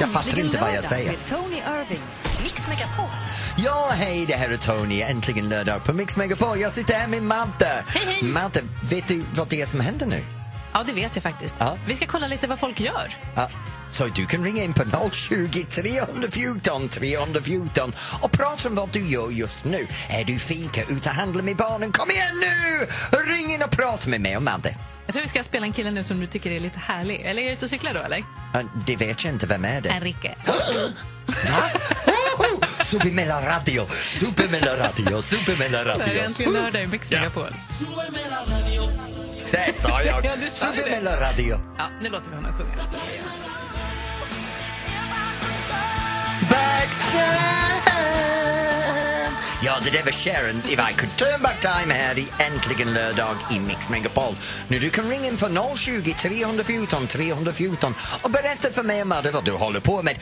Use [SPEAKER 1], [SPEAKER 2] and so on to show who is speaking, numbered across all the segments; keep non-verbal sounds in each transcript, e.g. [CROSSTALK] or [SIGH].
[SPEAKER 1] Jag fattar inte vad jag säger.
[SPEAKER 2] Med Tony Irving, Mix Megapol.
[SPEAKER 1] Ja, hej, det här är Tony. Äntligen lördag på Mix Megapol. Jag sitter här med Madde.
[SPEAKER 3] Hej, hej.
[SPEAKER 1] Madde, vet du vad det är som händer nu?
[SPEAKER 3] Ja, det vet jag faktiskt.
[SPEAKER 1] Ja.
[SPEAKER 3] Vi ska kolla lite vad folk gör.
[SPEAKER 1] Ja, så du kan ringa in på 020 314 314 och prata om vad du gör just nu. Är du fika, ute och handlar med barnen? Kom igen nu! Ring in och prata med mig och Madde.
[SPEAKER 3] Jag tror vi ska spela en kille nu som du tycker är lite härlig. Eller är du ute och cyklar då, eller?
[SPEAKER 1] Ja, Det vet jag inte, vem är det?
[SPEAKER 3] Enrique.
[SPEAKER 1] Va? Woho! Supermela radio, supermela radio, supermela
[SPEAKER 3] Det här är
[SPEAKER 1] radio.
[SPEAKER 3] äntligen lördag i Mix Megapol.
[SPEAKER 1] Det sa jag!
[SPEAKER 3] Ja, du sa det.
[SPEAKER 1] Supermela radio.
[SPEAKER 3] Ja, nu låter vi honom sjunga.
[SPEAKER 1] Back time! Ja, det där var Sharon. If I could turn back time här i Äntligen lördag i Mix Megapol. Nu du kan ringa in på 020 314 314 och berätta för mig och Madde vad du håller på med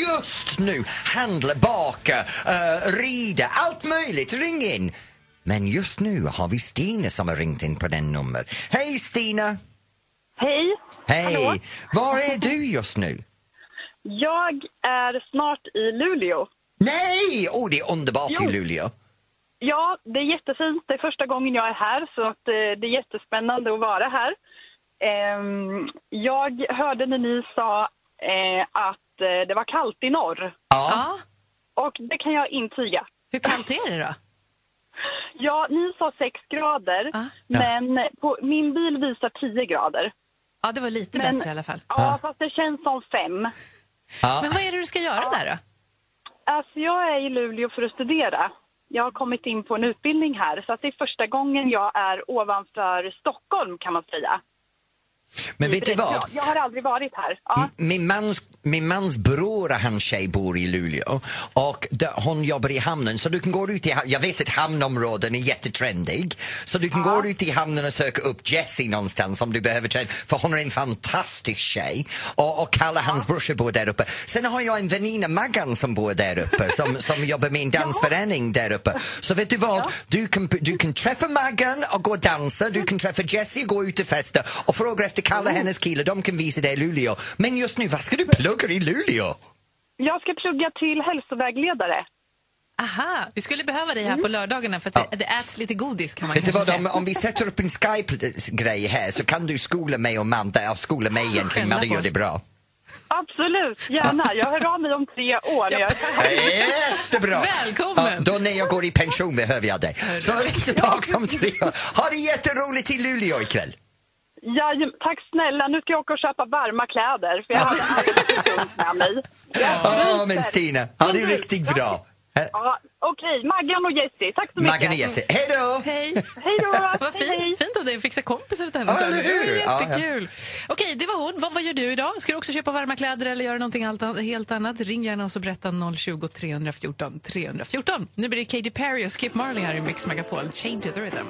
[SPEAKER 1] just nu. Handla, baka, eh, rida, allt möjligt. Ring in! Men just nu har vi Stina som har ringt in på den nummer. Hej Stina!
[SPEAKER 4] Hej!
[SPEAKER 1] Hej!
[SPEAKER 4] Hallå.
[SPEAKER 1] Var är du just nu?
[SPEAKER 4] Jag är snart i Luleå.
[SPEAKER 1] Nej! Åh, det är underbart i
[SPEAKER 4] Jo.
[SPEAKER 1] Luleå.
[SPEAKER 4] Ja, det är jättefint. Det är första gången jag är här, så att eh, det är jättespännande att vara här. Ehm, Jag hörde när ni sa eh, att eh, det var kallt i norr,
[SPEAKER 3] Ja.
[SPEAKER 4] och det kan jag intyga.
[SPEAKER 3] Hur kallt är det då?
[SPEAKER 4] Ja, ni sa 6 grader,
[SPEAKER 3] Ja.
[SPEAKER 4] men på, min bil visar 10 grader.
[SPEAKER 3] Ja, det var lite
[SPEAKER 4] Men-
[SPEAKER 3] bättre i alla fall.
[SPEAKER 4] Ja, fast det känns som 5.
[SPEAKER 1] Ja.
[SPEAKER 3] Men vad är det du ska göra där då?
[SPEAKER 4] Alltså, jag är i Luleå för att studera. Jag har kommit in på en utbildning här, så att det är första gången jag är ovanför Stockholm kan man säga.
[SPEAKER 1] Men vet du vad? Mm.
[SPEAKER 4] Jag, jag har aldrig varit här. Ja.
[SPEAKER 1] Min mans, min mans bror, han tjej, bor i Luleå och där, hon jobbar i hamnen. Så du kan gå ut i ha- Jag vet att hamnområden är jättetrendig. Så du kan gå ut i hamnen och söka upp Jessie någonstans om du behöver träna. För hon är en fantastisk tjej. Och, och Kalle, hans brorsa, bor där uppe. Sen har jag en väninna, Maggan, som bor där uppe.
[SPEAKER 3] [LAUGHS]
[SPEAKER 1] Som, som jobbar med en dansförening där uppe. Så vet du vad? Du kan, du kan träffa Maggan och gå och dansa.
[SPEAKER 3] Mm.
[SPEAKER 1] Du kan träffa Jessie och gå ut och festa. Och fråga efter Kalle,
[SPEAKER 3] Oh.
[SPEAKER 1] hennes kille. De kan visa dig Luleå. Men just nu, vad ska du plugga i Luleå?
[SPEAKER 4] Jag ska plugga till hälsovägledare.
[SPEAKER 3] Aha, vi skulle behöva dig här på lördagarna för att det, det äts lite godis kan man
[SPEAKER 1] Vet du
[SPEAKER 3] kanske
[SPEAKER 1] vad,
[SPEAKER 3] säga.
[SPEAKER 1] om, om vi sätter upp en Skype-grej här så kan du skola mig och Madde, ja, skola mig egentligen,
[SPEAKER 3] Skälla
[SPEAKER 1] Madde
[SPEAKER 3] på
[SPEAKER 1] gör
[SPEAKER 3] oss.
[SPEAKER 1] det bra.
[SPEAKER 4] Absolut, gärna. Jag hör av mig om tre år. Jag är här.
[SPEAKER 1] Jättebra!
[SPEAKER 3] Välkommen.
[SPEAKER 1] Ja, då när jag går i pension behöver jag dig. Så ring tillbaka om tre år. Ha det jätteroligt i Luleå ikväll!
[SPEAKER 4] Ja, tack snälla, nu ska jag åka och köpa varma kläder för jag hade alldeles för tungt med mig.
[SPEAKER 1] Ja, men Stina, ha det riktigt bra. Eh,
[SPEAKER 4] Ja, Okej, Maggan och Jessie, tack så mycket.
[SPEAKER 1] Maggan och Jesse, hej då!
[SPEAKER 3] [LAUGHS] Hej!
[SPEAKER 4] Hej då!
[SPEAKER 3] [LAUGHS] Vad
[SPEAKER 4] Hej, hej.
[SPEAKER 3] fint, fint av dig att fixa kompisar åt henne.
[SPEAKER 1] Ja,
[SPEAKER 3] sa du.
[SPEAKER 1] eller hur?
[SPEAKER 3] Det
[SPEAKER 1] Ja,
[SPEAKER 3] var
[SPEAKER 1] ja.
[SPEAKER 3] Jättekul. Okej, det var hon. Vad, vad gör du idag? Ska du också köpa varma kläder eller göra någonting allt, an- helt annat? Ring gärna oss och berätta 020 314 314. Nu blir det Katy Perry och Skip Marley här i Mix Megapol. Change the rhythm.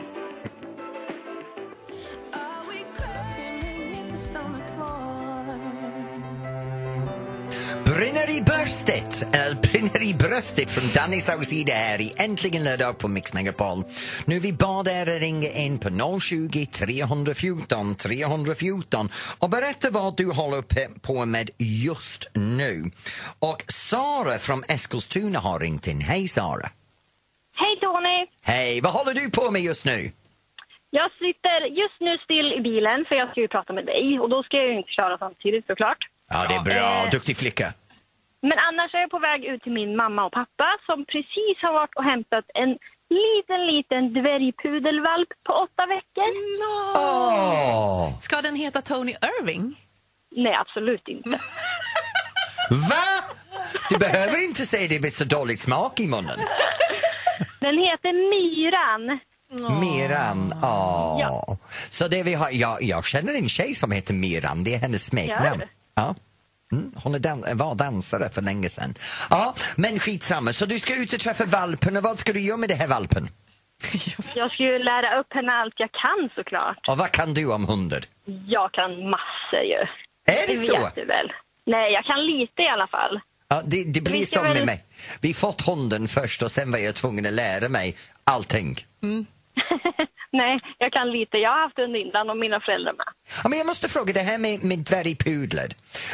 [SPEAKER 1] Brinner i bröstet, eller brinner i bröstet från Danny Saucedo här i Äntligen lördag på Mix Megapol. Nu vi bad er ringa in på 020 314 314 och berätta vad du håller pe- på med just nu. Och Sara från Eskilstuna har ringt in. Hej Sara!
[SPEAKER 5] Hej Tony!
[SPEAKER 1] Hej, vad håller du på med just nu?
[SPEAKER 5] Jag sitter just nu still i bilen för jag ska ju prata med dig och då ska jag ju inte köra samtidigt såklart.
[SPEAKER 1] Ja, det är
[SPEAKER 5] Eh,
[SPEAKER 1] Duktig flicka.
[SPEAKER 5] Men annars är jag på väg ut till min mamma och pappa som precis har varit och hämtat en liten, liten dvärgpudelvalp på åtta veckor.
[SPEAKER 1] Åh!
[SPEAKER 3] Ska den heta Tony
[SPEAKER 1] [LAUGHS]
[SPEAKER 3] Irving?
[SPEAKER 5] Nej, absolut inte.
[SPEAKER 1] Va? Du behöver inte säga det med så dålig smak i munnen.
[SPEAKER 5] Den heter Myran.
[SPEAKER 1] Miran, åh.
[SPEAKER 5] Ja.
[SPEAKER 1] Så det vi har, jag, jag känner en tjej som heter Miran, det är hennes
[SPEAKER 5] Gör
[SPEAKER 1] smeknamn.
[SPEAKER 5] du?
[SPEAKER 1] Ja. Mm, hon är dan var dansare för länge sedan. Ja, men skitsamma, så du ska ut och träffa valpen och vad ska du göra med det här valpen?
[SPEAKER 5] Jag ska ju lära upp henne allt jag kan såklart.
[SPEAKER 1] Och vad kan du om hundar?
[SPEAKER 5] Jag kan massor ju.
[SPEAKER 1] Är det så?
[SPEAKER 5] vet du väl? Nej, jag kan lite i alla fall.
[SPEAKER 1] Ja, det, det blir
[SPEAKER 5] Vi ska
[SPEAKER 1] som med
[SPEAKER 5] väl-
[SPEAKER 1] mig. Vi fått hunden först och sen var jag tvungen att lära mig allting.
[SPEAKER 5] Nej, jag kan lite. Jag har haft hund innan och mina föräldrar med.
[SPEAKER 1] Ja, men jag måste fråga, det här med, med dvärgpudlar.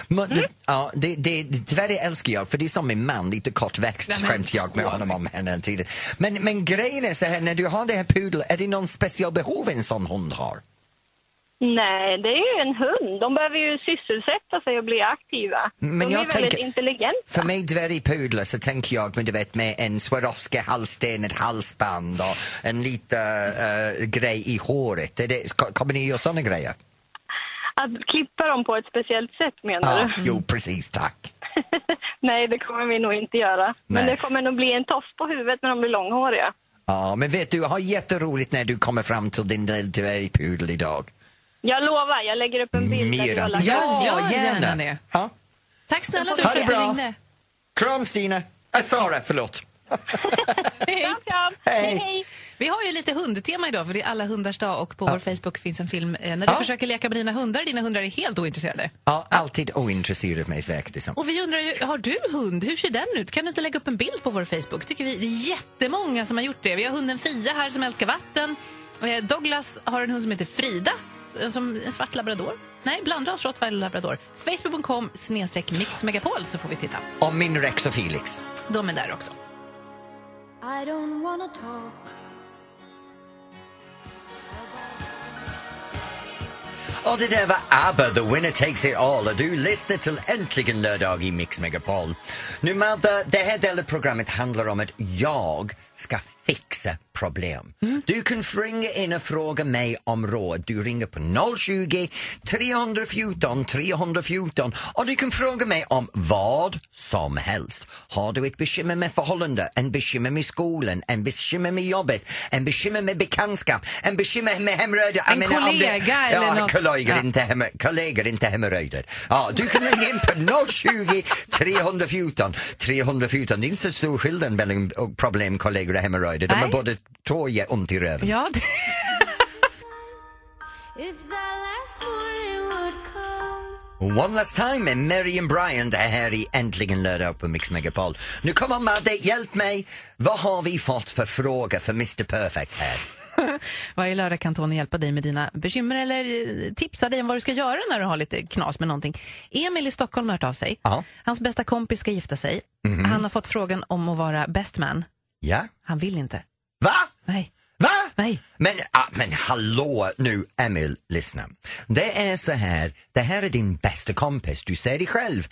[SPEAKER 1] Må- Ja, det, det, dvärg älskar jag, för det är som min man, lite kortväxt
[SPEAKER 3] Nej, men-
[SPEAKER 1] skämt jag med honom om hela tiden. Men, men grejen är så här, när du har det här pudel, är det någon speciell behov en sån hund har?
[SPEAKER 5] Nej, det är ju en hund. De behöver ju sysselsätta sig och bli aktiva.
[SPEAKER 1] Mm, Men
[SPEAKER 5] de
[SPEAKER 1] jag
[SPEAKER 5] är väldigt
[SPEAKER 1] tänker-
[SPEAKER 5] intelligenta.
[SPEAKER 1] För mig dvärgpudlar så tänker jag men du vet, med en Swarovski halssten, ett halsband och en liten eh, grej i håret. Är det, ska- kommer ni göra såna grejer?
[SPEAKER 5] Att klippa dem på ett speciellt sätt menar
[SPEAKER 1] Ja,
[SPEAKER 5] du? [LAUGHS]
[SPEAKER 1] jo precis, tack.
[SPEAKER 5] Nej, det kommer vi nog inte göra. Men
[SPEAKER 1] Nej.
[SPEAKER 5] det kommer nog bli en tofs på huvudet när de blir långhåriga.
[SPEAKER 1] Ja, men vet du, ha jätteroligt när du kommer fram till din lilla dvärgpudel idag.
[SPEAKER 5] Jag lovar, jag lägger upp en bild. där
[SPEAKER 1] Mer
[SPEAKER 5] du har
[SPEAKER 1] än...
[SPEAKER 5] lagt
[SPEAKER 3] Ja, gör
[SPEAKER 1] gärna.
[SPEAKER 3] gärna det.
[SPEAKER 1] Ja.
[SPEAKER 3] Tack snälla du
[SPEAKER 1] Ha
[SPEAKER 3] för
[SPEAKER 1] det
[SPEAKER 3] att du
[SPEAKER 1] bra.
[SPEAKER 3] ringde.
[SPEAKER 1] Kram Stina! Äh, Sara, förlåt.
[SPEAKER 3] Hej.
[SPEAKER 5] Kram, kram.
[SPEAKER 1] Hej.
[SPEAKER 5] Hej, hej.
[SPEAKER 3] Vi har ju lite hundtema idag, för det är alla hundars dag och på vår Facebook finns en film eh, när du
[SPEAKER 1] Ja.
[SPEAKER 3] försöker leka med dina hundar. Dina hundar är helt ointresserade.
[SPEAKER 1] Ja, alltid ointresserad av mig, verkar det som.
[SPEAKER 3] Och vi undrar ju, har du hund? Hur ser den ut? Kan du inte lägga upp en bild på vår Facebook? Tycker vi, det är jättemånga som har gjort det. Vi har hunden Fia här som älskar vatten. Eh, Douglas har en hund som heter Frida, eh, som en svart labrador. Nej, blandras rottweiler och labrador. Facebook.com snedstreck mixmegapol så får vi titta.
[SPEAKER 1] Och min Rex och Felix.
[SPEAKER 3] De är där också.
[SPEAKER 2] I don't wanna talk.
[SPEAKER 1] Och det där var ABBA, The Winner Takes It All och du lyssnar till Äntligen Lördag i Mix Megapol. Nu Madde, det här delen av programmet handlar om att jag ska fixa problem. Du kan ringa in och fråga mig om råd. Du ringer på 020 314 314 och du kan fråga mig om vad som helst. Har du ett bekymmer med förhållande, en bekymmer med skolan, en bekymmer med jobbet, en bekymmer med bekantskap, en bekymmer med hemröda.
[SPEAKER 3] En kollega eller
[SPEAKER 1] ja,
[SPEAKER 3] något.
[SPEAKER 1] Kollegor,
[SPEAKER 3] Ja.
[SPEAKER 1] inte hem, kollegor, inte hemorrojder. Ja, du kan ringa in på 020 314 314. Det är inte så stor skillnad mellan problem, kollegor och hemorrojder. De är
[SPEAKER 3] Nej.
[SPEAKER 1] båda två ger ont i röven.
[SPEAKER 3] Ja, [LAUGHS]
[SPEAKER 2] If that last morning would come.
[SPEAKER 1] One last time med Miriam Bryant är här i Äntligen lördag på Mix Megapol. Nu kommer Madde, hjälp mig. Vad har vi fått för fråga för Mr Perfect här?
[SPEAKER 3] Varje lördag kan Tony hjälpa dig med dina bekymmer eller eh, tipsa dig om vad du ska göra när du har lite knas med någonting. Emil i Stockholm har hört av sig.
[SPEAKER 1] Ja.
[SPEAKER 3] Hans bästa kompis ska gifta sig. Han har fått frågan om att vara best man.
[SPEAKER 1] Ja?
[SPEAKER 3] Han vill inte.
[SPEAKER 1] Va?
[SPEAKER 3] Nej.
[SPEAKER 1] Va?
[SPEAKER 3] Nej.
[SPEAKER 1] Men, ah, men hallå nu, Emil, lyssna. Det är så här, det här är din bästa kompis. Du säger det själv,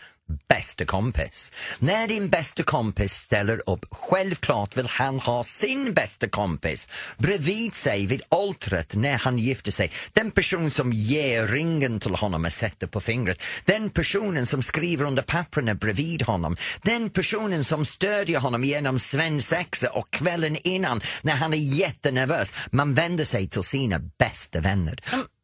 [SPEAKER 1] bästa kompis. När din bästa kompis ställer upp, självklart vill han ha sin bästa kompis bredvid sig vid altaret när han gifter sig. Den person som ger ringen till honom och sätter på fingret. Den personen som skriver under papperna bredvid honom. Den personen som stödjer honom genom svensexa och kvällen innan när han är jättenervös. Man vänder sig till sina bästa vänner.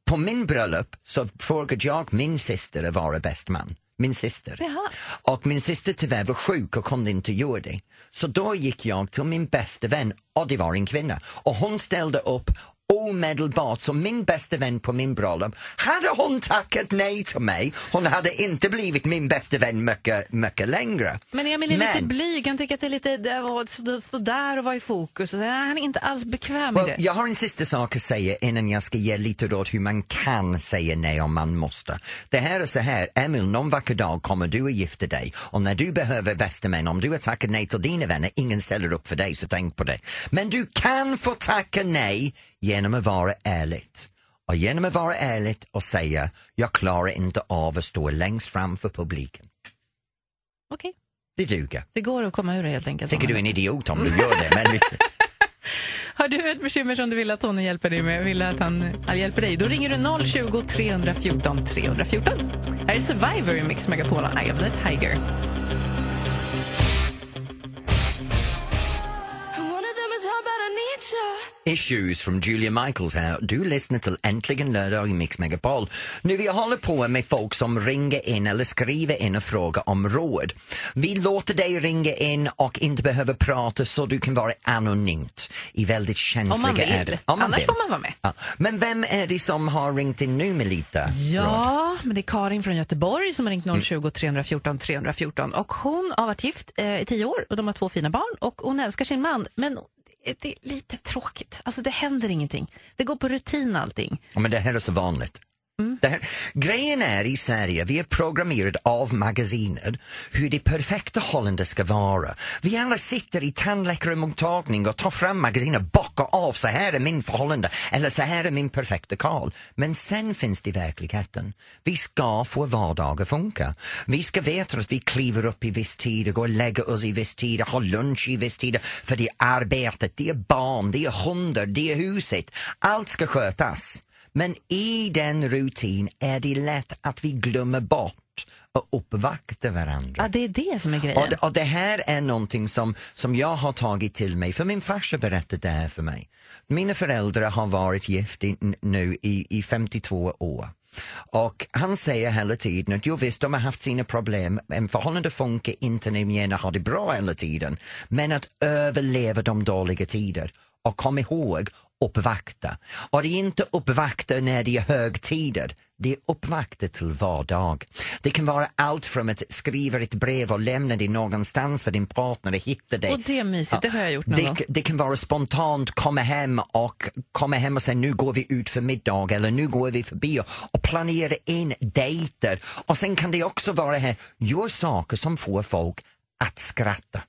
[SPEAKER 1] På min bröllop så frågade jag min syster att vara bäst man. Min syster.
[SPEAKER 3] Jaha.
[SPEAKER 1] Och min syster tyvärr var sjuk och kunde inte göra det. Så då gick jag till min bästa vän och det var en kvinna. Och hon ställde upp omedelbart som min bästa vän på min bröllop. Hade hon tackat nej till mig, hon hade inte blivit min bästa vän mycket, mycket längre.
[SPEAKER 3] Men Emil är lite
[SPEAKER 1] Men-
[SPEAKER 3] blyg. Han tycker att det är lite det var så- så där och vara i fokus. Och så- Han är inte alls bekväm med
[SPEAKER 1] Well,
[SPEAKER 3] det.
[SPEAKER 1] jag har en sista sak att säga innan jag ska ge lite råd hur man kan säga nej om man måste. Det här är så här, Emil, någon vacker dag kommer du att gifta dig och när du behöver bästa män, om du har tackat nej till dina vänner, ingen ställer upp för dig, så tänk på det. Men du kan få tacka nej genom att vara ärligt. Och genom att vara ärligt och säga, jag klarar inte av att stå längst fram för publiken.
[SPEAKER 3] Okej.
[SPEAKER 1] Det duger.
[SPEAKER 3] Det går att komma ur det helt enkelt.
[SPEAKER 1] Tycker du är en idiot om du gör det, men
[SPEAKER 3] Har du ett bekymmer som du vill att Tony hjälper dig med, vill att han eh, hjälper dig, då ringer du 020 314 314. Här är Survivor i Mix Megapol och Eye of the Tiger.
[SPEAKER 2] And one of them is how bad I need you.
[SPEAKER 1] Issues from Julia Michaels här. Du lyssnar till Äntligen lördag i Mix Megapol. Nu vi håller på med folk som ringer in eller skriver in och frågar om råd. Vi låter dig ringa in och inte behöver prata så du kan vara anonymt i väldigt känsliga
[SPEAKER 3] Om man vill.
[SPEAKER 1] ärenden.
[SPEAKER 3] Annars får man vara med.
[SPEAKER 1] Ja. Men vem är det som har ringt in nu med lite råd?
[SPEAKER 3] Ja, men det är Karin från Göteborg som har
[SPEAKER 1] Mm.
[SPEAKER 3] ringt 020 314 314 och hon har varit gift eh, i tio år och de har två fina barn och hon älskar sin man men det är lite tråkigt. Alltså det händer ingenting. Det går på rutin allting.
[SPEAKER 1] Ja, Men det här är så vanligt. Det här, grejen är i Sverige, vi är programmerade av magasiner hur det perfekta Holländer ska vara. Vi alla sitter i tandläkarmottagning och tar fram magasiner och bockar av, så här är min förhållande eller så här är min perfekta karl. Men sen finns det i verkligheten. Vi ska få vardagar funka. Vi ska veta att vi kliver upp i viss tid och går och lägger oss i viss tid och har lunch i viss tid. För det är arbetet, det är barn, det är hundar, det är huset. Allt ska skötas. Men i den rutin är det lätt att vi glömmer bort att uppvakta varandra.
[SPEAKER 3] Ja, det är det som är grejen.
[SPEAKER 1] Och det, och det här är någonting som, som jag har tagit till mig, för min farsa berättade det här för mig. Mina föräldrar har varit gift i, n- nu i, i 52 år. Och han säger hela tiden att jo visst, de har haft sina problem, men förhållande funkar inte när de gärna har det bra hela tiden. Men att överleva de dåliga tider och kom ihåg uppvakta. Och det är inte uppvakta när det är högtider, det är uppvakta till vardag. Det kan vara allt från att skriva ett brev och lämna det någonstans för din partner att hitta det.
[SPEAKER 3] Och det är mysigt, det har jag gjort någon
[SPEAKER 1] det,
[SPEAKER 3] gång.
[SPEAKER 1] det kan vara spontant, komma hem och komma hem och säga nu går vi ut för middag eller nu går vi för bio och planera in dejter. Och sen kan det också vara här, gör saker som får folk att skratta.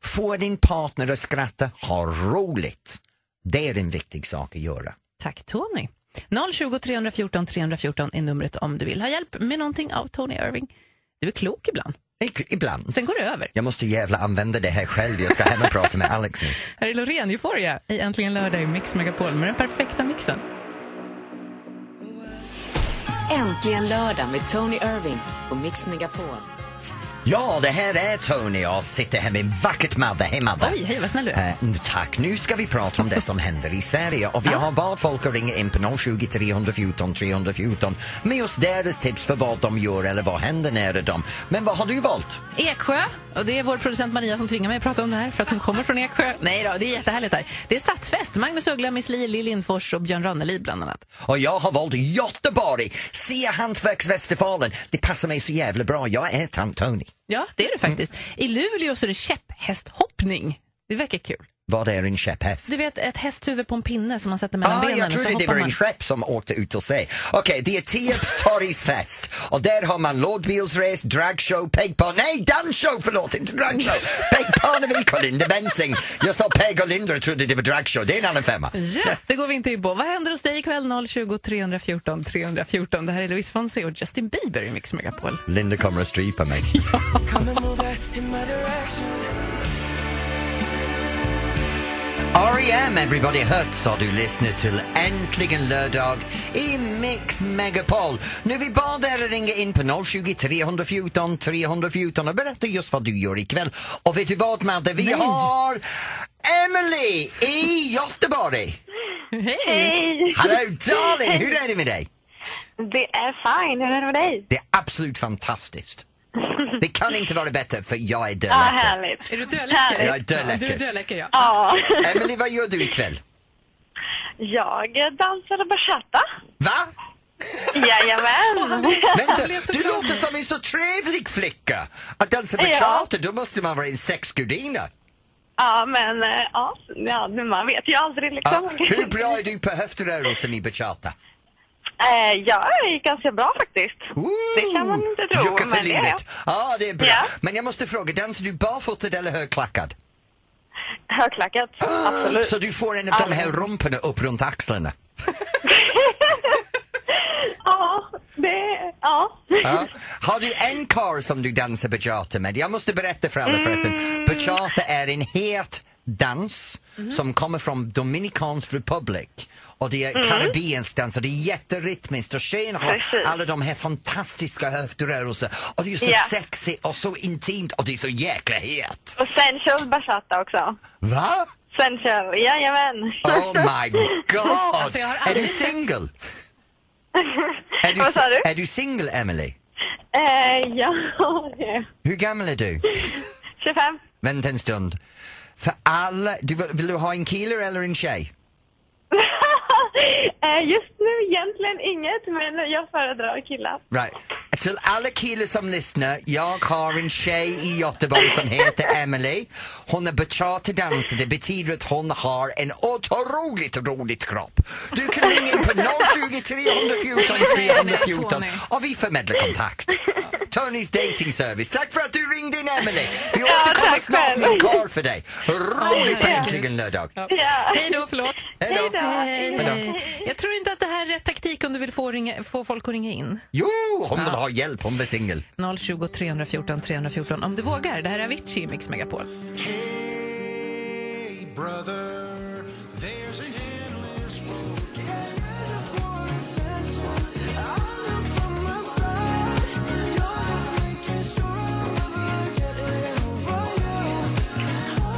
[SPEAKER 1] Få din partner att skratta, ha roligt. Det är en viktig sak att göra.
[SPEAKER 3] Tack Tony. 020 314 314 är numret om du vill ha hjälp med någonting av Tony Irving. Du är klok ibland.
[SPEAKER 1] Ik- Ibland.
[SPEAKER 3] Sen går det över.
[SPEAKER 1] Jag måste jävla använda det här själv, jag ska hem och prata med Alex nu.
[SPEAKER 3] Här är Loreen Euphoria i Äntligen lördag i Mix Megapol med den perfekta mixen.
[SPEAKER 6] Äntligen lördag med Tony Irving och Mix Megapol.
[SPEAKER 1] Ja, det här är Tony. Jag sitter här med vackert Madde. Hej Madde!
[SPEAKER 3] Oj, hej, vad snäll du är.
[SPEAKER 1] Eh, n- tack. Nu ska vi prata om det som händer i Sverige och vi har bad folk att ringa in på 020 314 314 med just deras tips för vad de gör eller vad händer nära dem. Men vad har du valt?
[SPEAKER 3] Eksjö, och det är vår producent Maria som tvingar mig att prata om det här för att hon kommer från Eksjö. Nej då, det är jättehärligt där. Det är stadsfest. Magnus Uggla, Miss Li, Lill Lindfors och Björn Ranelid bland annat.
[SPEAKER 1] Och jag har valt Göteborg, Sea Hantverksfestivalen. Det passar mig så jävla bra. Jag är tant Tony.
[SPEAKER 3] Ja, det är det faktiskt. I Luleå så är det käpphästhoppning. Det verkar kul.
[SPEAKER 1] Vad är en käpphäst?
[SPEAKER 3] Du vet, ett hästhuvud på en pinne som man sätter mellan
[SPEAKER 1] Ah,
[SPEAKER 3] benen.
[SPEAKER 1] jag
[SPEAKER 3] och så
[SPEAKER 1] trodde det
[SPEAKER 3] hoppar
[SPEAKER 1] var en
[SPEAKER 3] man.
[SPEAKER 1] skepp som åkte ut till sig. Okej, det är Tierps torgsfest och där har man lådbilsrace, dragshow, Peg Par... Nej, dansshow! Förlåt, inte
[SPEAKER 3] [LAUGHS]
[SPEAKER 1] dragshow! Peg Parnevik och Linda Bensing. Jag sa Peg och Linda och trodde det var dragshow. Det är en annan femma.
[SPEAKER 3] Ja, det går vi inte in på. Vad händer hos dig ikväll? 020 314 314. Det här är Louise Fonse och Justin Bieber i Mix Megapol.
[SPEAKER 1] Linda kommer att strypa mig. R.E.M. E Everybody Hurts har du lyssnat till Äntligen lördag i Mix Megapol. Nu vi bad er att ringa in på 020 314 314 och berätta just vad du gör ikväll. Och vet du vad Madde, vi har Emily i Göteborg!
[SPEAKER 5] Hej!
[SPEAKER 1] Hallå darling, hur är det med dig?
[SPEAKER 5] Det är fine. Hur är det med dig?
[SPEAKER 1] Det är absolut fantastiskt. Det kan inte vara bättre för jag är
[SPEAKER 5] Ja,
[SPEAKER 1] dödläckare.
[SPEAKER 5] härligt.
[SPEAKER 3] Är du dödläcker?
[SPEAKER 1] Jag är dödläcker.
[SPEAKER 3] Du är dödläcker, ja.
[SPEAKER 5] Ja. [LAUGHS]
[SPEAKER 1] Emily, vad gör du ikväll?
[SPEAKER 5] Jag dansade bachata.
[SPEAKER 1] Va?
[SPEAKER 5] Jajamän.
[SPEAKER 1] Vänta,
[SPEAKER 3] Jag blev så
[SPEAKER 1] du
[SPEAKER 3] glad
[SPEAKER 1] låter
[SPEAKER 3] nu.
[SPEAKER 1] som en så trevlig flicka! Att dansa
[SPEAKER 5] Ja.
[SPEAKER 1] bachata, då måste man vara en sexgudinna.
[SPEAKER 5] [LAUGHS] Ja, men eh, ja, ja, men man vet ju aldrig
[SPEAKER 1] Ja,
[SPEAKER 5] liksom.
[SPEAKER 1] hur bra är du på höftrörelsen i bachata?
[SPEAKER 5] Eh, jag är ganska bra faktiskt.
[SPEAKER 1] Ooh,
[SPEAKER 5] Det kan man inte tro,
[SPEAKER 1] Jucka för
[SPEAKER 5] men det är
[SPEAKER 1] livet. Ja, det är bra.
[SPEAKER 5] Ja.
[SPEAKER 1] Men jag måste fråga, dansar du barfotad eller högklackad? Ah,
[SPEAKER 5] högklackat. Absolut.
[SPEAKER 1] Så du får en av de här rumporna upp runt axlarna?
[SPEAKER 5] Ja, det... Ja.
[SPEAKER 1] Ja. [LAUGHS] Har du en karl som du dansar bachata med? Jag måste berätta för alla förresten. Bachata är en het dans som kommer från Dominikansk republik. Och det är karibiensk dans och det är jätterytmiskt och tjejerna har
[SPEAKER 5] Precis.
[SPEAKER 1] alla de här fantastiska höftrörelser och det är så
[SPEAKER 5] Ja.
[SPEAKER 1] sexigt och så intimt och det är så jäkla het.
[SPEAKER 5] Och sensual bachata också.
[SPEAKER 1] Va?
[SPEAKER 5] Sensual, jajamän.
[SPEAKER 1] Oh my god!
[SPEAKER 3] Alltså, jag har
[SPEAKER 1] är du
[SPEAKER 3] aldrig sett-
[SPEAKER 1] singel? Är
[SPEAKER 5] Vad sa du?
[SPEAKER 1] Är du singel, Emily?
[SPEAKER 5] Eh, ja, [LAUGHS] det-
[SPEAKER 1] Hur gammal är du?
[SPEAKER 5] 25. [LAUGHS]
[SPEAKER 1] Vänta en stund. För alla, du, vill, vill du ha en kille eller en tjej?
[SPEAKER 5] Eh, Just nu egentligen inget, men jag föredrar killar.
[SPEAKER 1] Right. till alla killar som lyssnar, jag har en tjej i Göteborg som heter Emily. Hon är bachata-dansare, det betyder att hon har en otroligt rolig kropp. Du kan ringa in på 020 314 314 och vi förmedlar kontakt. Tonys dating service. Tack för att du ringde in Emily. Vi återkommer
[SPEAKER 4] tack
[SPEAKER 1] snart med en
[SPEAKER 4] själv.
[SPEAKER 1] kar för dig. Roligt på
[SPEAKER 3] Ja.
[SPEAKER 1] Äntligen lördag.
[SPEAKER 5] Ja.
[SPEAKER 3] Hej då, förlåt.
[SPEAKER 1] Hej då. Hej
[SPEAKER 3] Hej. Jag tror inte att det här är rätt taktik om du vill få, ringa, få folk att ringa in.
[SPEAKER 1] Jo, hon vill ha hjälp, hon var singel.
[SPEAKER 3] 020 314 314 om du vågar. Det här är Avicii i Mix Megapol.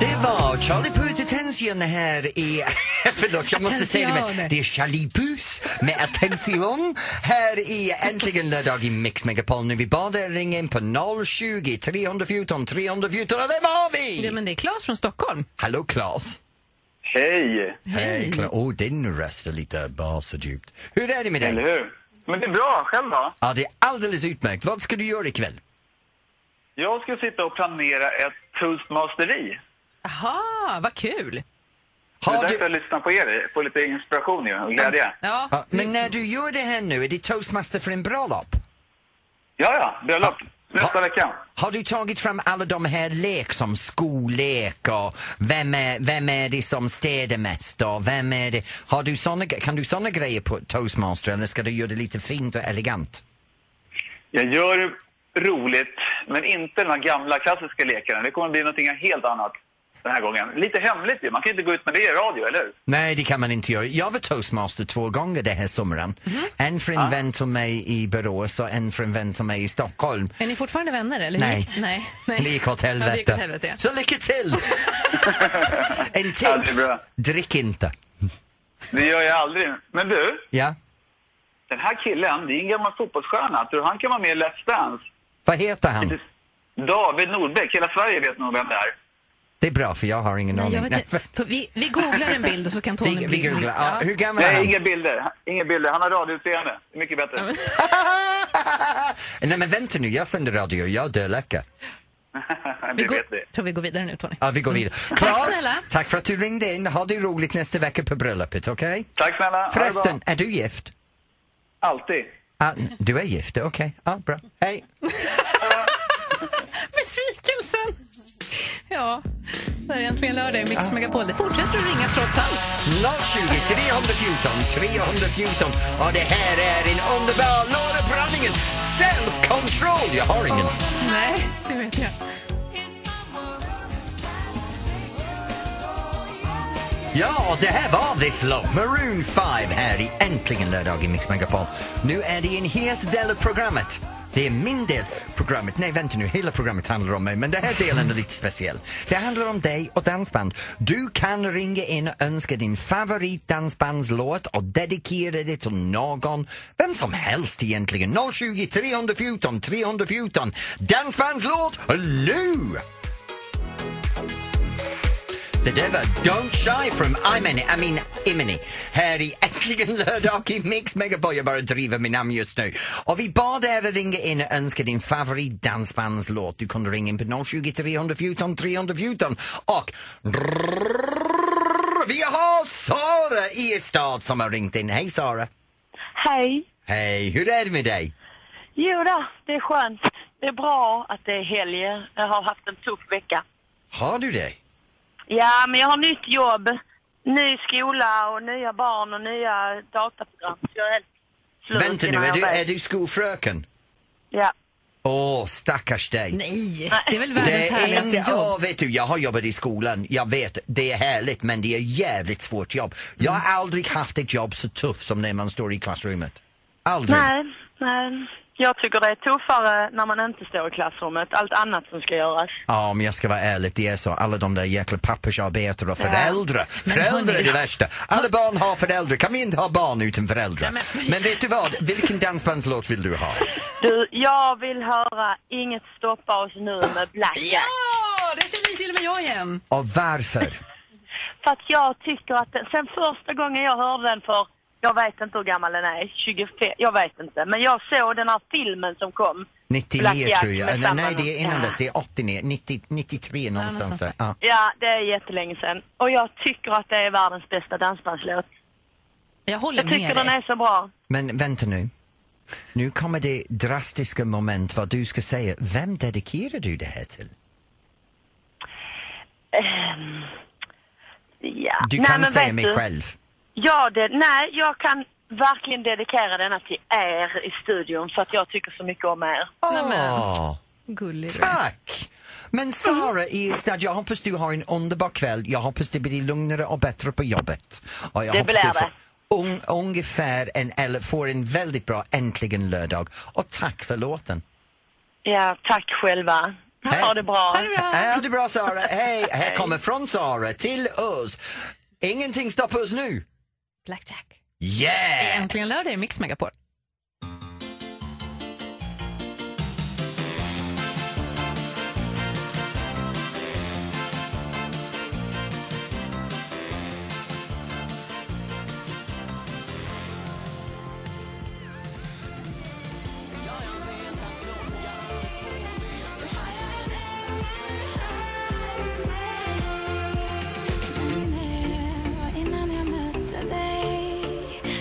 [SPEAKER 1] Det var Charlie Puth i Tension här i... [LAUGHS] Förlåt, jag måste säga det. Men
[SPEAKER 3] Attention.
[SPEAKER 1] det är Charlie Puth med Attention här i Äntligen lördag i Mix Megapol. Nu vi bad er ringa in på 020 314 314. Och vem har vi?
[SPEAKER 3] Ja, men det är Claes från Stockholm.
[SPEAKER 1] Hallå Claes.
[SPEAKER 7] Hej!
[SPEAKER 1] Hej Claes. Åh, din röst är lite bas och djupt. Hur är det med
[SPEAKER 7] Eller
[SPEAKER 1] dig?
[SPEAKER 7] hur? Men det är bra, själv då?
[SPEAKER 1] Ja, det är alldeles utmärkt. Vad ska du göra ikväll?
[SPEAKER 7] Jag ska sitta och planera ett toastmasteri.
[SPEAKER 3] Aha, vad kul!
[SPEAKER 7] Det är
[SPEAKER 1] Har
[SPEAKER 7] därför jag
[SPEAKER 1] du...
[SPEAKER 7] lyssnar på er, får lite inspiration ju och glädje.
[SPEAKER 3] Ja,
[SPEAKER 1] Ja, men när du gör det här nu, är det toastmaster för en bra lopp?
[SPEAKER 7] Ja, ja, bröllop. Nästa
[SPEAKER 1] Ha-
[SPEAKER 7] vecka.
[SPEAKER 1] Har du tagit fram alla de här lek som skollek och vem är, vem är det som städar mest och vem är det? Har du såna, kan du såna grejer på toastmaster eller ska du göra det lite fint och elegant?
[SPEAKER 7] Jag gör det roligt, men inte de här gamla klassiska lekarna. Det kommer bli någonting helt annat den här gången. Lite hemligt ju. Man kan ju inte gå ut med det i radio, eller hur?
[SPEAKER 1] Nej, det kan man inte göra. Jag var toastmaster två gånger den här sommaren.
[SPEAKER 3] Mhm.
[SPEAKER 1] En för en vän till mig i Borås och en för en vän till mig i Stockholm.
[SPEAKER 3] är ni fortfarande vänner? Eller hur?
[SPEAKER 1] Nej.
[SPEAKER 3] Nej.
[SPEAKER 1] Det gick åt
[SPEAKER 3] Ja, det
[SPEAKER 1] helvete.
[SPEAKER 3] gick åt helvete ja.
[SPEAKER 1] Så lycka
[SPEAKER 3] [LAUGHS]
[SPEAKER 1] till! en
[SPEAKER 7] Ja, det
[SPEAKER 1] tips,
[SPEAKER 7] är bra.
[SPEAKER 1] drick inte.
[SPEAKER 7] Det gör jag aldrig. Men du,
[SPEAKER 1] Ja?
[SPEAKER 7] den här killen, det är en gammal fotbollsstjärna. Tror du han kan vara med i Let's Dance?
[SPEAKER 1] Vad heter han?
[SPEAKER 7] David Nordbeck. Hela Sverige vet nog vem det är.
[SPEAKER 1] Det är bra för jag har ingen
[SPEAKER 3] Jag
[SPEAKER 1] aning.
[SPEAKER 3] vet
[SPEAKER 1] Nej,
[SPEAKER 3] inte. För Vi, vi googlar en bild och så kan
[SPEAKER 1] Vi,
[SPEAKER 3] Tony
[SPEAKER 1] vi googlar. Ja, hur gammal är
[SPEAKER 7] Nej,
[SPEAKER 1] han?
[SPEAKER 7] inga bilder. Inga bilder. Han har radioutseende. Det är mycket bättre.
[SPEAKER 1] [LAUGHS] Nej men vänta nu, jag sänder radio, jag är dödläkare.
[SPEAKER 7] [LAUGHS] det
[SPEAKER 3] går,
[SPEAKER 7] vet vi.
[SPEAKER 3] tror vi går vidare nu Tony.
[SPEAKER 1] Ja, vi går vidare. Mm. Tack
[SPEAKER 3] snälla.
[SPEAKER 1] Tack för att du ringde in. Ha det roligt nästa vecka på bröllopet, okej?
[SPEAKER 7] Tack snälla. Ha det bra.
[SPEAKER 1] Förresten, är du gift?
[SPEAKER 7] Alltid.
[SPEAKER 1] Ah, n- du är gift, okej. Ja, bra. Hej.
[SPEAKER 3] Besvikelsen! Ja, det här är egentligen lördag i
[SPEAKER 1] Ah.
[SPEAKER 3] Mix Megapol. Det fortsätter att ringa trots allt.
[SPEAKER 1] 020 314 314. Och det här är en underbar Laura Branningen. Self control! Jag har ingen.
[SPEAKER 3] Nej, det vet jag.
[SPEAKER 1] Ja, och det här var This Love Maroon 5 här i Äntligen lördag i Mix Megapol. Nu är det en helt del av programmet. Det är min del programmet. Nej, vänta nu, hela programmet handlar om mig, men den här delen är lite speciell. Det handlar om dig och dansband. Du kan ringa in och önska din favoritdansbandslåt och dedikera det till någon, vem som helst egentligen. 020 314 314. Dansbandslåt nu! Det där var Don't Shy from Imini, I mean Imini. Här i Äntligen lördag i Mix Megapol. Jag bara driver med namn just nu. Och vi bad er att ringa in och önska din favoritdansbandslåt. Du kunde ringa in på 020 314 314 och vi har Sara i stad som har ringt in. Hej Sara!
[SPEAKER 8] Hej!
[SPEAKER 1] Hej, hur är det med dig?
[SPEAKER 8] Jo då, det är skönt. Det är bra att det är helg. Jag har haft en tuff vecka.
[SPEAKER 1] Har du det?
[SPEAKER 8] Ja, men jag har nytt jobb, ny skola och nya barn och nya dataprogram. Så jag är helt slut
[SPEAKER 1] Vänta nu,
[SPEAKER 8] innan
[SPEAKER 1] är
[SPEAKER 8] jag
[SPEAKER 1] du,
[SPEAKER 8] vet.
[SPEAKER 1] är du skolfröken?
[SPEAKER 8] Ja.
[SPEAKER 1] Åh, stackars dig.
[SPEAKER 3] Nej, det är väl
[SPEAKER 1] Det
[SPEAKER 3] världens
[SPEAKER 1] är
[SPEAKER 3] härligaste
[SPEAKER 1] inte,
[SPEAKER 3] jobb.
[SPEAKER 1] ja, vet du, jag har jobbat i skolan, jag vet, det är härligt men det är jävligt svårt jobb. Jag har aldrig haft ett jobb så tufft som när man står i klassrummet. Aldrig.
[SPEAKER 8] Nej, nej. Jag tycker det är tuffare när man inte står i klassrummet. Allt annat som ska göras.
[SPEAKER 1] Ja, om jag ska vara ärlig, det är så. Alla de där jäkla pappersarbetare och föräldrar. Föräldrar är det värsta. Alla barn har föräldrar. Kan vi inte ha barn utan föräldrar? Men vet du vad? Vilken dansbandslåt vill du ha?
[SPEAKER 8] Du, jag vill höra Inget stoppar oss nu med Blackjack.
[SPEAKER 3] Ja, det känner ju till och med jag igen.
[SPEAKER 1] Och varför?
[SPEAKER 8] För att jag tycker att den, sen första gången jag hörde den för Jag vet inte hur gammal den är, 25, jag vet inte. Men jag såg den här filmen som kom.
[SPEAKER 1] 99
[SPEAKER 8] Black Jack
[SPEAKER 1] tror jag.
[SPEAKER 8] med
[SPEAKER 1] Eller,
[SPEAKER 8] samma-
[SPEAKER 1] nej, det är innan
[SPEAKER 8] Ja.
[SPEAKER 1] dess. Det är 89, 90, 93 någonstans där. Ja.
[SPEAKER 8] Ja, det är jättelänge sedan. Och jag tycker att det är världens bästa dansbandslåt.
[SPEAKER 3] Jag håller
[SPEAKER 8] Jag tycker
[SPEAKER 3] med
[SPEAKER 8] den
[SPEAKER 3] dig.
[SPEAKER 8] är så bra.
[SPEAKER 1] Men vänta nu. Nu kommer det drastiska moment vad du ska säga. Vem dedikerar du det här till?
[SPEAKER 8] Ja.
[SPEAKER 1] Du
[SPEAKER 8] Nej,
[SPEAKER 1] kan
[SPEAKER 8] men
[SPEAKER 1] säga
[SPEAKER 8] vet
[SPEAKER 1] mig
[SPEAKER 8] du,
[SPEAKER 1] själv.
[SPEAKER 8] Ja, det, nej, jag kan verkligen dedikera denna till er i studion för att jag tycker så mycket om er.
[SPEAKER 3] Nej, men.
[SPEAKER 1] Åh,
[SPEAKER 3] Gullig.
[SPEAKER 1] tack! Men Sara i Ystad, jag hoppas du har en underbar kväll. Jag hoppas det blir lugnare och bättre på jobbet. Och jag
[SPEAKER 8] Det
[SPEAKER 1] hoppas
[SPEAKER 8] blir
[SPEAKER 1] du
[SPEAKER 8] det.
[SPEAKER 1] får Un, ungefär en, eller får en väldigt bra äntligen lördag. Och tack för låten.
[SPEAKER 8] Ja, tack själva.
[SPEAKER 1] Hej.
[SPEAKER 8] Ha det bra.
[SPEAKER 3] Ha det bra.
[SPEAKER 1] Ja, det är bra
[SPEAKER 8] [LAUGHS]
[SPEAKER 1] Sara. Hej! Här kommer från Sara till oss. Ingenting stoppar oss nu.
[SPEAKER 3] Blackjack.
[SPEAKER 1] Yeah!
[SPEAKER 3] Äntligen lördag i Mix Megapol.
[SPEAKER 2] Innan jag mötte dig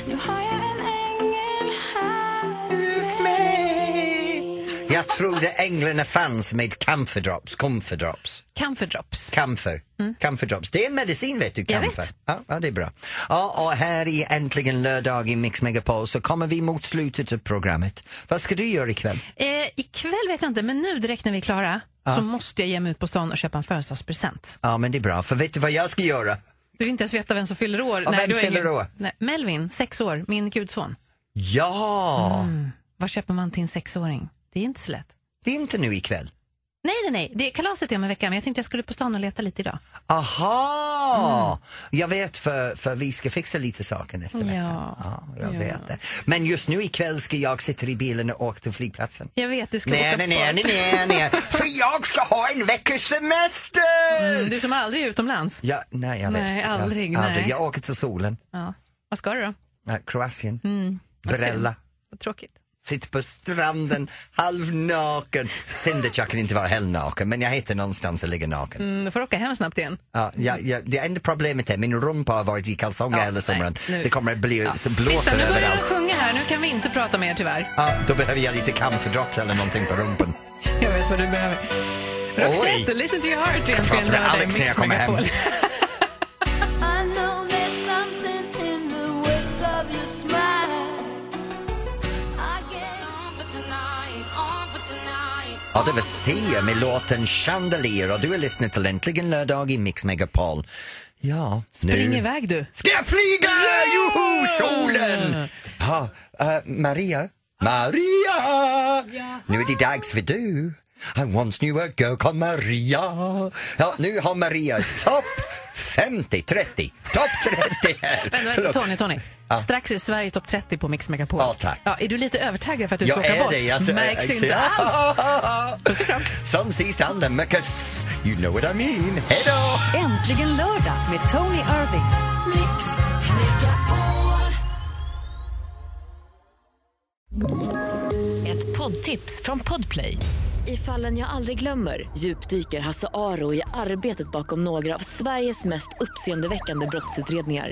[SPEAKER 2] Nu har jag en ängel här hos mig
[SPEAKER 1] Jag trodde änglarna fanns med camphordrops, comfordrops,
[SPEAKER 3] Camphor drops.
[SPEAKER 1] camphor, camphordrops. Det är en medicin vet du,
[SPEAKER 3] Mm. Jag
[SPEAKER 1] camphor.
[SPEAKER 3] vet.
[SPEAKER 1] Ja, ja, det är bra. Ja, och här i Äntligen lördag i Mix Megapol så kommer vi mot slutet av programmet. Vad ska du göra ikväll?
[SPEAKER 3] Eh, ikväll vet jag inte, men nu direkt när vi är klara så måste jag ge mig ut på stan och köpa en födelsedagspresent.
[SPEAKER 1] Ja, men det är bra, för vet du vad jag ska göra?
[SPEAKER 3] Du vill inte ens veta vem som fyller år.
[SPEAKER 1] vem
[SPEAKER 3] du har
[SPEAKER 1] fyller
[SPEAKER 3] ingen-
[SPEAKER 1] år?
[SPEAKER 3] Nej, Melvin, sex år, min gudson.
[SPEAKER 1] Ja!
[SPEAKER 3] Vad köper man till en sexåring? Det är inte så lätt.
[SPEAKER 1] Det är inte nu ikväll.
[SPEAKER 3] Nej, nej, nej. Det, kalaset är om en vecka, men jag tänkte jag skulle ut på stan och leta lite idag.
[SPEAKER 1] Aha! Jag vet för, för vi ska fixa lite saker nästa vecka.
[SPEAKER 3] Mm. Ja.
[SPEAKER 1] ja jag vet det. Men just nu ikväll ska jag sitta i bilen och åka till flygplatsen.
[SPEAKER 3] Jag vet, du ska
[SPEAKER 1] Nej,
[SPEAKER 3] åka
[SPEAKER 1] nej,
[SPEAKER 3] på-
[SPEAKER 1] nej, nej, nej, nej, [LAUGHS] för jag ska ha en veckas semester!
[SPEAKER 3] Mm, Du som aldrig är utomlands.
[SPEAKER 1] Ja, nej, jag vet.
[SPEAKER 3] Nej,
[SPEAKER 1] jag,
[SPEAKER 3] aldrig, nej.
[SPEAKER 1] Jag åker till solen,
[SPEAKER 3] Ja. Vad ska du då?
[SPEAKER 1] Ja, Kroatien,
[SPEAKER 3] Vad synd.
[SPEAKER 1] Brella,
[SPEAKER 3] Vad tråkigt.
[SPEAKER 1] sitter på stranden halvnaken. Synd att jag kan inte vara helnaken, men jag hittar någonstans att ligga naken.
[SPEAKER 3] Mm, du får åka hem snabbt igen.
[SPEAKER 1] Ja, ja, ja, det enda problemet är min rumpa har varit i kalsonger
[SPEAKER 3] Ja,
[SPEAKER 1] hela
[SPEAKER 3] nej,
[SPEAKER 1] sommaren.
[SPEAKER 3] nu-
[SPEAKER 1] Det kommer att bli så
[SPEAKER 3] Titta,
[SPEAKER 1] blåser
[SPEAKER 3] nu börjar jag
[SPEAKER 1] överallt.
[SPEAKER 3] sjunga här. Nu kan vi inte prata mer tyvärr.
[SPEAKER 1] Ja, då behöver jag lite camphordrops eller någonting på rumpen.
[SPEAKER 3] Jag vet vad du behöver. Roxette,
[SPEAKER 1] Oj.
[SPEAKER 3] listen to your heart.
[SPEAKER 1] Jag ska
[SPEAKER 3] egentligen
[SPEAKER 1] prata med
[SPEAKER 3] lördag i
[SPEAKER 1] Alex när
[SPEAKER 3] Mix
[SPEAKER 1] jag kommer hem.
[SPEAKER 3] Megapol.
[SPEAKER 2] I know there's something in the wake of your smile I get on for tonight, on for tonight
[SPEAKER 1] Ja, det var Sia med låten Chandelier och du har lyssnat till Äntligen lördag i Mix Megapol. Ja,
[SPEAKER 3] Spring
[SPEAKER 1] nu
[SPEAKER 3] iväg du.
[SPEAKER 1] ska jag flyga! Joho, solen! Ja, eh, Maria, Maria! Nu är det dags för du. I once knew a girl called Maria. Ja, nu har Maria topp 50, 30, topp 30 här.
[SPEAKER 3] Men, men,
[SPEAKER 1] Förlåt.
[SPEAKER 3] Tony, Tony. Strax är Sverige topp 30 på Mix Megapol.
[SPEAKER 1] Ja, tack.
[SPEAKER 3] Ja, är du lite övertaggad för att du ska
[SPEAKER 1] Jag
[SPEAKER 3] åka
[SPEAKER 1] är alltså, eh,
[SPEAKER 3] bort?
[SPEAKER 1] det. Jag,
[SPEAKER 3] Märks
[SPEAKER 1] jag,
[SPEAKER 3] inte alls.
[SPEAKER 1] [LAUGHS]
[SPEAKER 3] Puss och kram.
[SPEAKER 1] Sun sees sand and make us- You know what I mean. Hej då!
[SPEAKER 6] Äntligen lördag med Tony Irving. Ett poddtips från Podplay. I fallen jag aldrig glömmer djupdyker Hasse Aro i arbetet bakom några av Sveriges mest uppseendeväckande brottsutredningar.